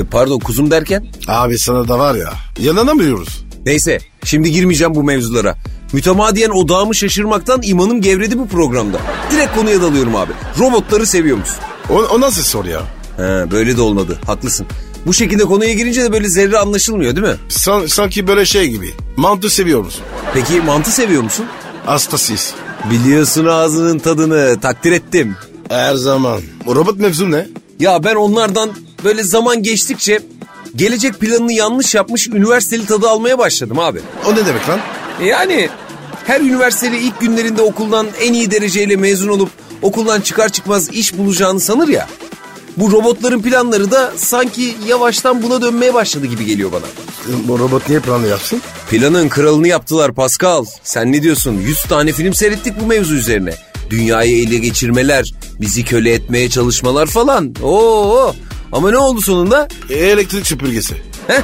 A: e, Pardon kuzum derken?
B: Abi sana da var ya. Yananamıyoruz.
A: Neyse şimdi girmeyeceğim bu mevzulara. Mütemadiyen odağımı şaşırmaktan imanım gevredi bu programda. Direkt konuya dalıyorum abi. Robotları seviyor musun?
B: O, o nasıl soru ya?
A: He, böyle de olmadı haklısın. Bu şekilde konuya girince de böyle zerre anlaşılmıyor değil mi?
B: San- sanki böyle şey gibi. Mantı seviyoruz.
A: Peki mantı seviyor musun?
B: Hastasıyız.
A: Biliyorsun ağzının tadını takdir ettim.
B: Her zaman. O robot mevzu ne?
A: Ya ben onlardan böyle zaman geçtikçe gelecek planını yanlış yapmış üniversiteli tadı almaya başladım abi.
B: O ne demek lan?
A: Yani her üniversiteli ilk günlerinde okuldan en iyi dereceyle mezun olup okuldan çıkar çıkmaz iş bulacağını sanır ya. Bu robotların planları da sanki yavaştan buna dönmeye başladı gibi geliyor bana.
B: Bu robot niye planı yapsın?
A: Planın kralını yaptılar Pascal. Sen ne diyorsun? 100 tane film seyrettik bu mevzu üzerine. Dünyayı ele geçirmeler, bizi köle etmeye çalışmalar falan. Oo. Ama ne oldu sonunda?
B: E, elektrik süpürgesi.
A: Heh,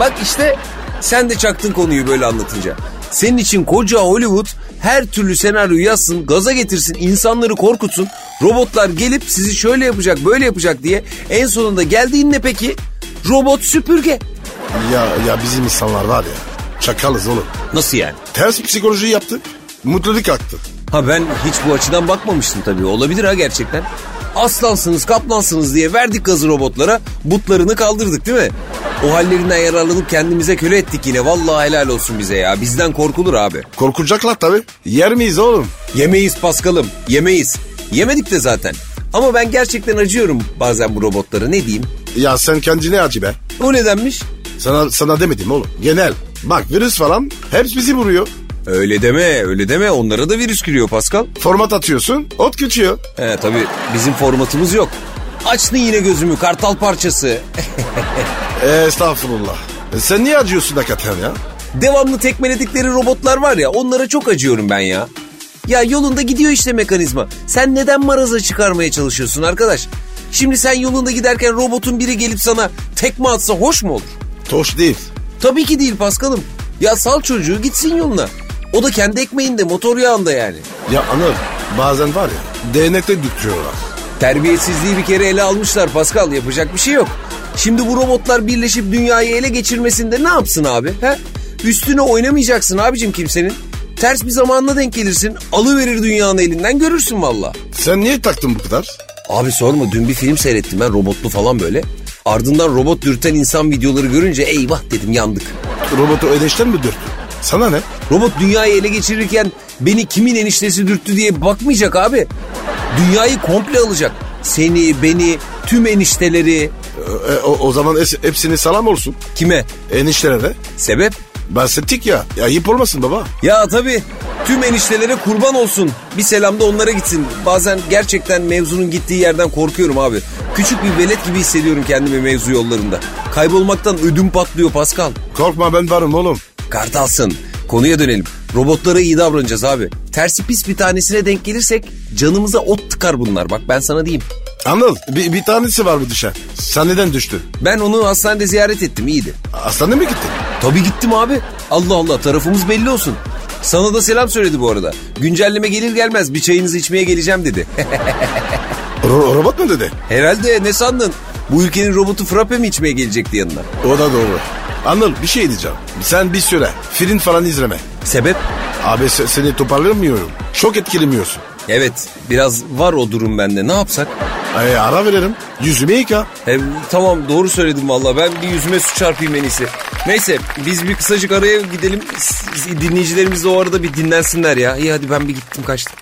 A: bak işte sen de çaktın konuyu böyle anlatınca. Senin için koca Hollywood her türlü senaryo yazsın, gaza getirsin, insanları korkutsun. Robotlar gelip sizi şöyle yapacak, böyle yapacak diye en sonunda geldiğin ne peki? Robot süpürge.
B: Ya ya bizim insanlar var ya. Çakalız oğlum.
A: Nasıl yani?
B: Ters psikoloji yaptık. Mutluluk aktı.
A: Ha ben hiç bu açıdan bakmamıştım tabii. Olabilir ha gerçekten. Aslansınız, kaplansınız diye verdik gazı robotlara. Butlarını kaldırdık değil mi? O hallerinden yararlanıp kendimize köle ettik yine. Vallahi helal olsun bize ya. Bizden korkulur abi.
B: Korkacaklar tabii. Yer miyiz oğlum?
A: Yemeyiz Paskal'ım, yemeyiz. Yemedik de zaten. Ama ben gerçekten acıyorum bazen bu robotlara ne diyeyim?
B: Ya sen kendine acı be.
A: O nedenmiş?
B: Sana sana demedim oğlum. Genel. Bak virüs falan hepsi bizi vuruyor.
A: Öyle deme, öyle deme. Onlara da virüs giriyor Paskal.
B: Format atıyorsun, ot kaçıyor.
A: He tabii bizim formatımız yok. Açtın yine gözümü kartal parçası.
B: E, estağfurullah. E, sen niye acıyorsun hakikaten ya?
A: Devamlı tekmeledikleri robotlar var ya onlara çok acıyorum ben ya. Ya yolunda gidiyor işte mekanizma. Sen neden maraza çıkarmaya çalışıyorsun arkadaş? Şimdi sen yolunda giderken robotun biri gelip sana tekme atsa hoş mu olur?
B: Toş değil.
A: Tabii ki değil Paskal'ım. Ya sal çocuğu gitsin yoluna. O da kendi ekmeğinde motor yağında yani.
B: Ya Anıl bazen var ya değnekte dürtüyorlar.
A: Terbiyesizliği bir kere ele almışlar Paskal yapacak bir şey yok. Şimdi bu robotlar birleşip dünyayı ele geçirmesinde ne yapsın abi? He? Üstüne oynamayacaksın abicim kimsenin. Ters bir zamanla denk gelirsin alıverir dünyanın elinden görürsün valla.
B: Sen niye taktın bu kadar?
A: Abi sorma dün bir film seyrettim ben robotlu falan böyle. Ardından robot dürten insan videoları görünce eyvah dedim yandık.
B: Robotu ödeşten mi dürttün? Sana ne?
A: Robot dünyayı ele geçirirken beni kimin eniştesi dürttü diye bakmayacak abi. Dünyayı komple alacak. Seni, beni, tüm enişteleri.
B: E, e, o, o zaman es- hepsine salam olsun.
A: Kime?
B: Eniştelere.
A: Sebep?
B: Bahsettik ya. Ya ayıp olmasın baba.
A: Ya tabii tüm eniştelere kurban olsun. Bir selam da onlara gitsin. Bazen gerçekten mevzunun gittiği yerden korkuyorum abi. Küçük bir velet gibi hissediyorum kendimi mevzu yollarında. Kaybolmaktan ödüm patlıyor Pascal.
B: Korkma ben varım oğlum.
A: Kartalsın. Konuya dönelim. Robotlara iyi davranacağız abi. Tersi pis bir tanesine denk gelirsek canımıza ot tıkar bunlar. Bak ben sana diyeyim.
B: Anıl bir, bir tanesi var bu dışarı. Sen neden düştün?
A: Ben onu hastanede ziyaret ettim iyiydi.
B: Hastaneye mi gittin?
A: Tabii gittim abi. Allah Allah tarafımız belli olsun. Sana da selam söyledi bu arada. Güncelleme gelir gelmez bir çayınızı içmeye geleceğim dedi.
B: Ro- robot mu dedi?
A: Herhalde ne sandın? Bu ülkenin robotu frappe mi içmeye gelecekti yanına?
B: O da doğru. Anıl bir şey diyeceğim. Sen bir süre film falan izleme.
A: Sebep?
B: Abi se- seni toparlamıyorum. Çok etkilemiyorsun.
A: Evet biraz var o durum bende ne yapsak?
B: E, ara verelim. Yüzümü yıka.
A: E, tamam doğru söyledim valla. Ben bir yüzüme su çarpayım en iyisi. Neyse biz bir kısacık araya gidelim. S- Dinleyicilerimiz de o arada bir dinlensinler ya. İyi hadi ben bir gittim kaçtım.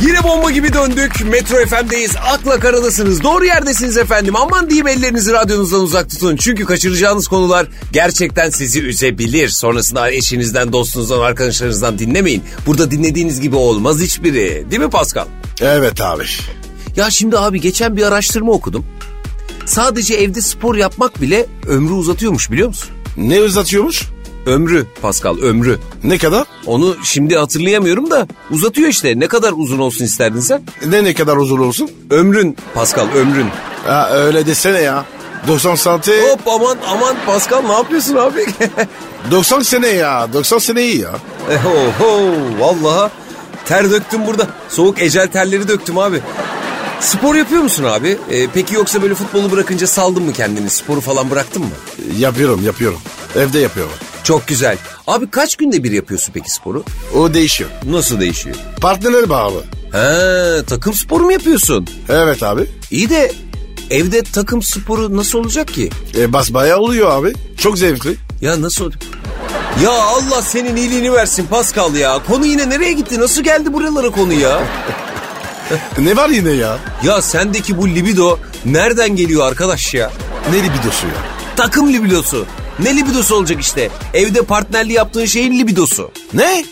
A: Yine bomba gibi döndük. Metro FM'deyiz. Akla karadasınız. Doğru yerdesiniz efendim. Aman diyeyim ellerinizi radyonuzdan uzak tutun. Çünkü kaçıracağınız konular gerçekten sizi üzebilir. Sonrasında eşinizden, dostunuzdan, arkadaşlarınızdan dinlemeyin. Burada dinlediğiniz gibi olmaz hiçbiri. Değil mi Pascal?
B: Evet abi.
A: Ya şimdi abi geçen bir araştırma okudum. Sadece evde spor yapmak bile ömrü uzatıyormuş biliyor musun?
B: Ne uzatıyormuş?
A: Ömrü Pascal ömrü.
B: Ne kadar?
A: Onu şimdi hatırlayamıyorum da uzatıyor işte. Ne kadar uzun olsun isterdin sen?
B: Ne ne kadar uzun olsun?
A: Ömrün Pascal ömrün.
B: Ha, öyle desene ya. 90 santim.
A: Hop aman aman Pascal ne yapıyorsun abi?
B: 90 sene ya. 90 sene iyi ya.
A: Oho vallahi ter döktüm burada. Soğuk ecel terleri döktüm abi. Spor yapıyor musun abi? Ee, peki yoksa böyle futbolu bırakınca saldın mı kendini? Sporu falan bıraktın mı?
B: Yapıyorum yapıyorum. Evde yapıyorum.
A: Çok güzel. Abi kaç günde bir yapıyorsun peki sporu?
B: O değişiyor.
A: Nasıl değişiyor?
B: Partnerler bağlı.
A: He, takım sporu mu yapıyorsun?
B: Evet abi.
A: İyi de evde takım sporu nasıl olacak ki?
B: E, basbayağı oluyor abi. Çok zevkli.
A: Ya nasıl olacak? Ya Allah senin iyiliğini versin Pascal ya. Konu yine nereye gitti? Nasıl geldi buralara konu ya?
B: Ne var yine ya?
A: Ya sendeki bu libido nereden geliyor arkadaş ya?
B: Ne libidosu ya?
A: Takım libidosu. Ne libidosu olacak işte? Evde partnerliği yaptığın şeyin libidosu.
B: Ne?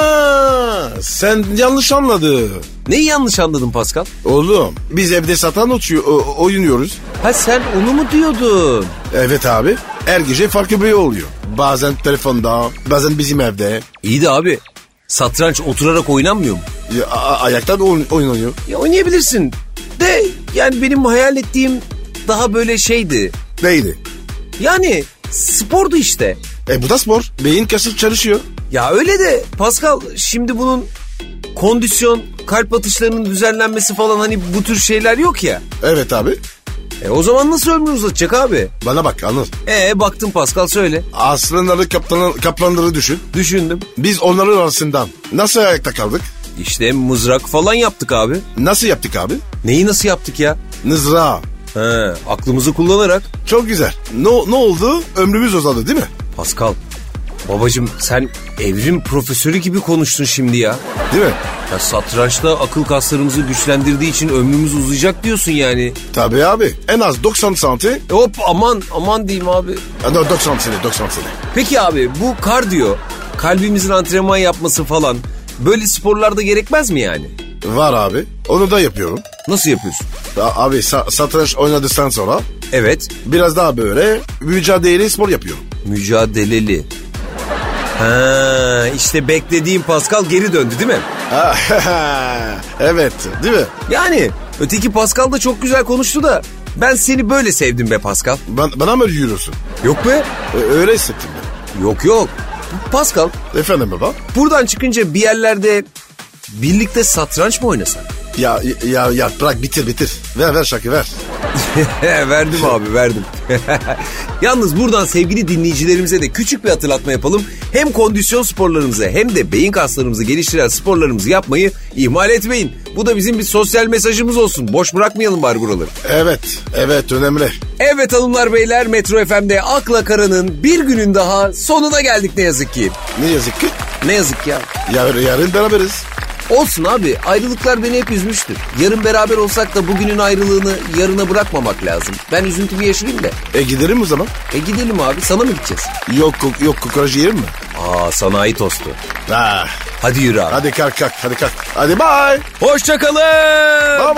B: Ha, sen yanlış anladın.
A: Neyi yanlış anladın Pascal?
B: Oğlum biz evde satan uçuyor, o- oynuyoruz.
A: Ha sen onu mu diyordun?
B: Evet abi. Her gece farklı bir oluyor. Bazen telefonda, bazen bizim evde.
A: İyi de abi satranç oturarak oynanmıyor mu?
B: Ya, a- ayaktan oyun, oyun oynuyor.
A: Ya oynayabilirsin. De yani benim hayal ettiğim daha böyle şeydi.
B: Neydi?
A: Yani spordu işte.
B: E bu da spor. Beyin kası çalışıyor.
A: Ya öyle de Pascal şimdi bunun kondisyon, kalp atışlarının düzenlenmesi falan hani bu tür şeyler yok ya.
B: Evet abi.
A: E o zaman nasıl ömrü uzatacak abi?
B: Bana bak anıl.
A: E baktım Pascal söyle.
B: Aslanları kaptanları, kaplanları düşün.
A: Düşündüm.
B: Biz onların arasından nasıl ayakta kaldık?
A: İşte mızrak falan yaptık abi.
B: Nasıl yaptık abi?
A: Neyi nasıl yaptık ya?
B: Nızra.
A: He, aklımızı kullanarak.
B: Çok güzel. Ne, ne oldu? Ömrümüz uzadı değil mi?
A: Pascal, babacım sen evrim profesörü gibi konuştun şimdi ya.
B: Değil mi?
A: Ya satrançta akıl kaslarımızı güçlendirdiği için ömrümüz uzayacak diyorsun yani.
B: Tabii abi. En az 90 santi.
A: E Hop aman aman diyeyim abi.
B: Ha, no, 90 sene 90 sene.
A: Peki abi bu kardiyo, kalbimizin antrenman yapması falan böyle sporlarda gerekmez mi yani?
B: Var abi. Onu da yapıyorum.
A: Nasıl yapıyorsun?
B: A- Abi sa- satranç oynadıktan sonra
A: Evet,
B: biraz daha böyle mücadele spor yapıyorum.
A: mücadeleli. Ha, işte beklediğim Pascal geri döndü değil mi?
B: Ha, evet değil mi?
A: Yani öteki Pascal da çok güzel konuştu da ben seni böyle sevdim be Pascal.
B: Ban- bana mı yürüyorsun?
A: Yok be.
B: Ö- öyle hissettim ben.
A: Yok yok. Pascal
B: Efendim baba?
A: buradan çıkınca bir yerlerde birlikte satranç mı oynasak?
B: Ya ya ya bırak bitir bitir. Ver ver şarkı ver.
A: verdim abi verdim. Yalnız buradan sevgili dinleyicilerimize de küçük bir hatırlatma yapalım. Hem kondisyon sporlarımızı hem de beyin kaslarımızı geliştiren sporlarımızı yapmayı ihmal etmeyin. Bu da bizim bir sosyal mesajımız olsun. Boş bırakmayalım bari buraları.
B: Evet evet önemli.
A: Evet hanımlar beyler Metro FM'de Akla Kara'nın bir günün daha sonuna geldik ne yazık ki.
B: Ne yazık ki
A: Ne yazık ya.
B: yar- yarın beraberiz.
A: Olsun abi ayrılıklar beni hep üzmüştür. Yarın beraber olsak da bugünün ayrılığını yarına bırakmamak lazım. Ben üzüntümü yaşayayım da.
B: E giderim o zaman.
A: E gidelim abi sana mı gideceğiz?
B: Yok kok- yok kokoreç yerim mi?
A: Aa sanayi tostu.
B: Ha,
A: Hadi yürü abi.
B: hadi kalk kalk hadi kalk. Hadi bye.
A: Hoşçakalın.
B: Bye bye.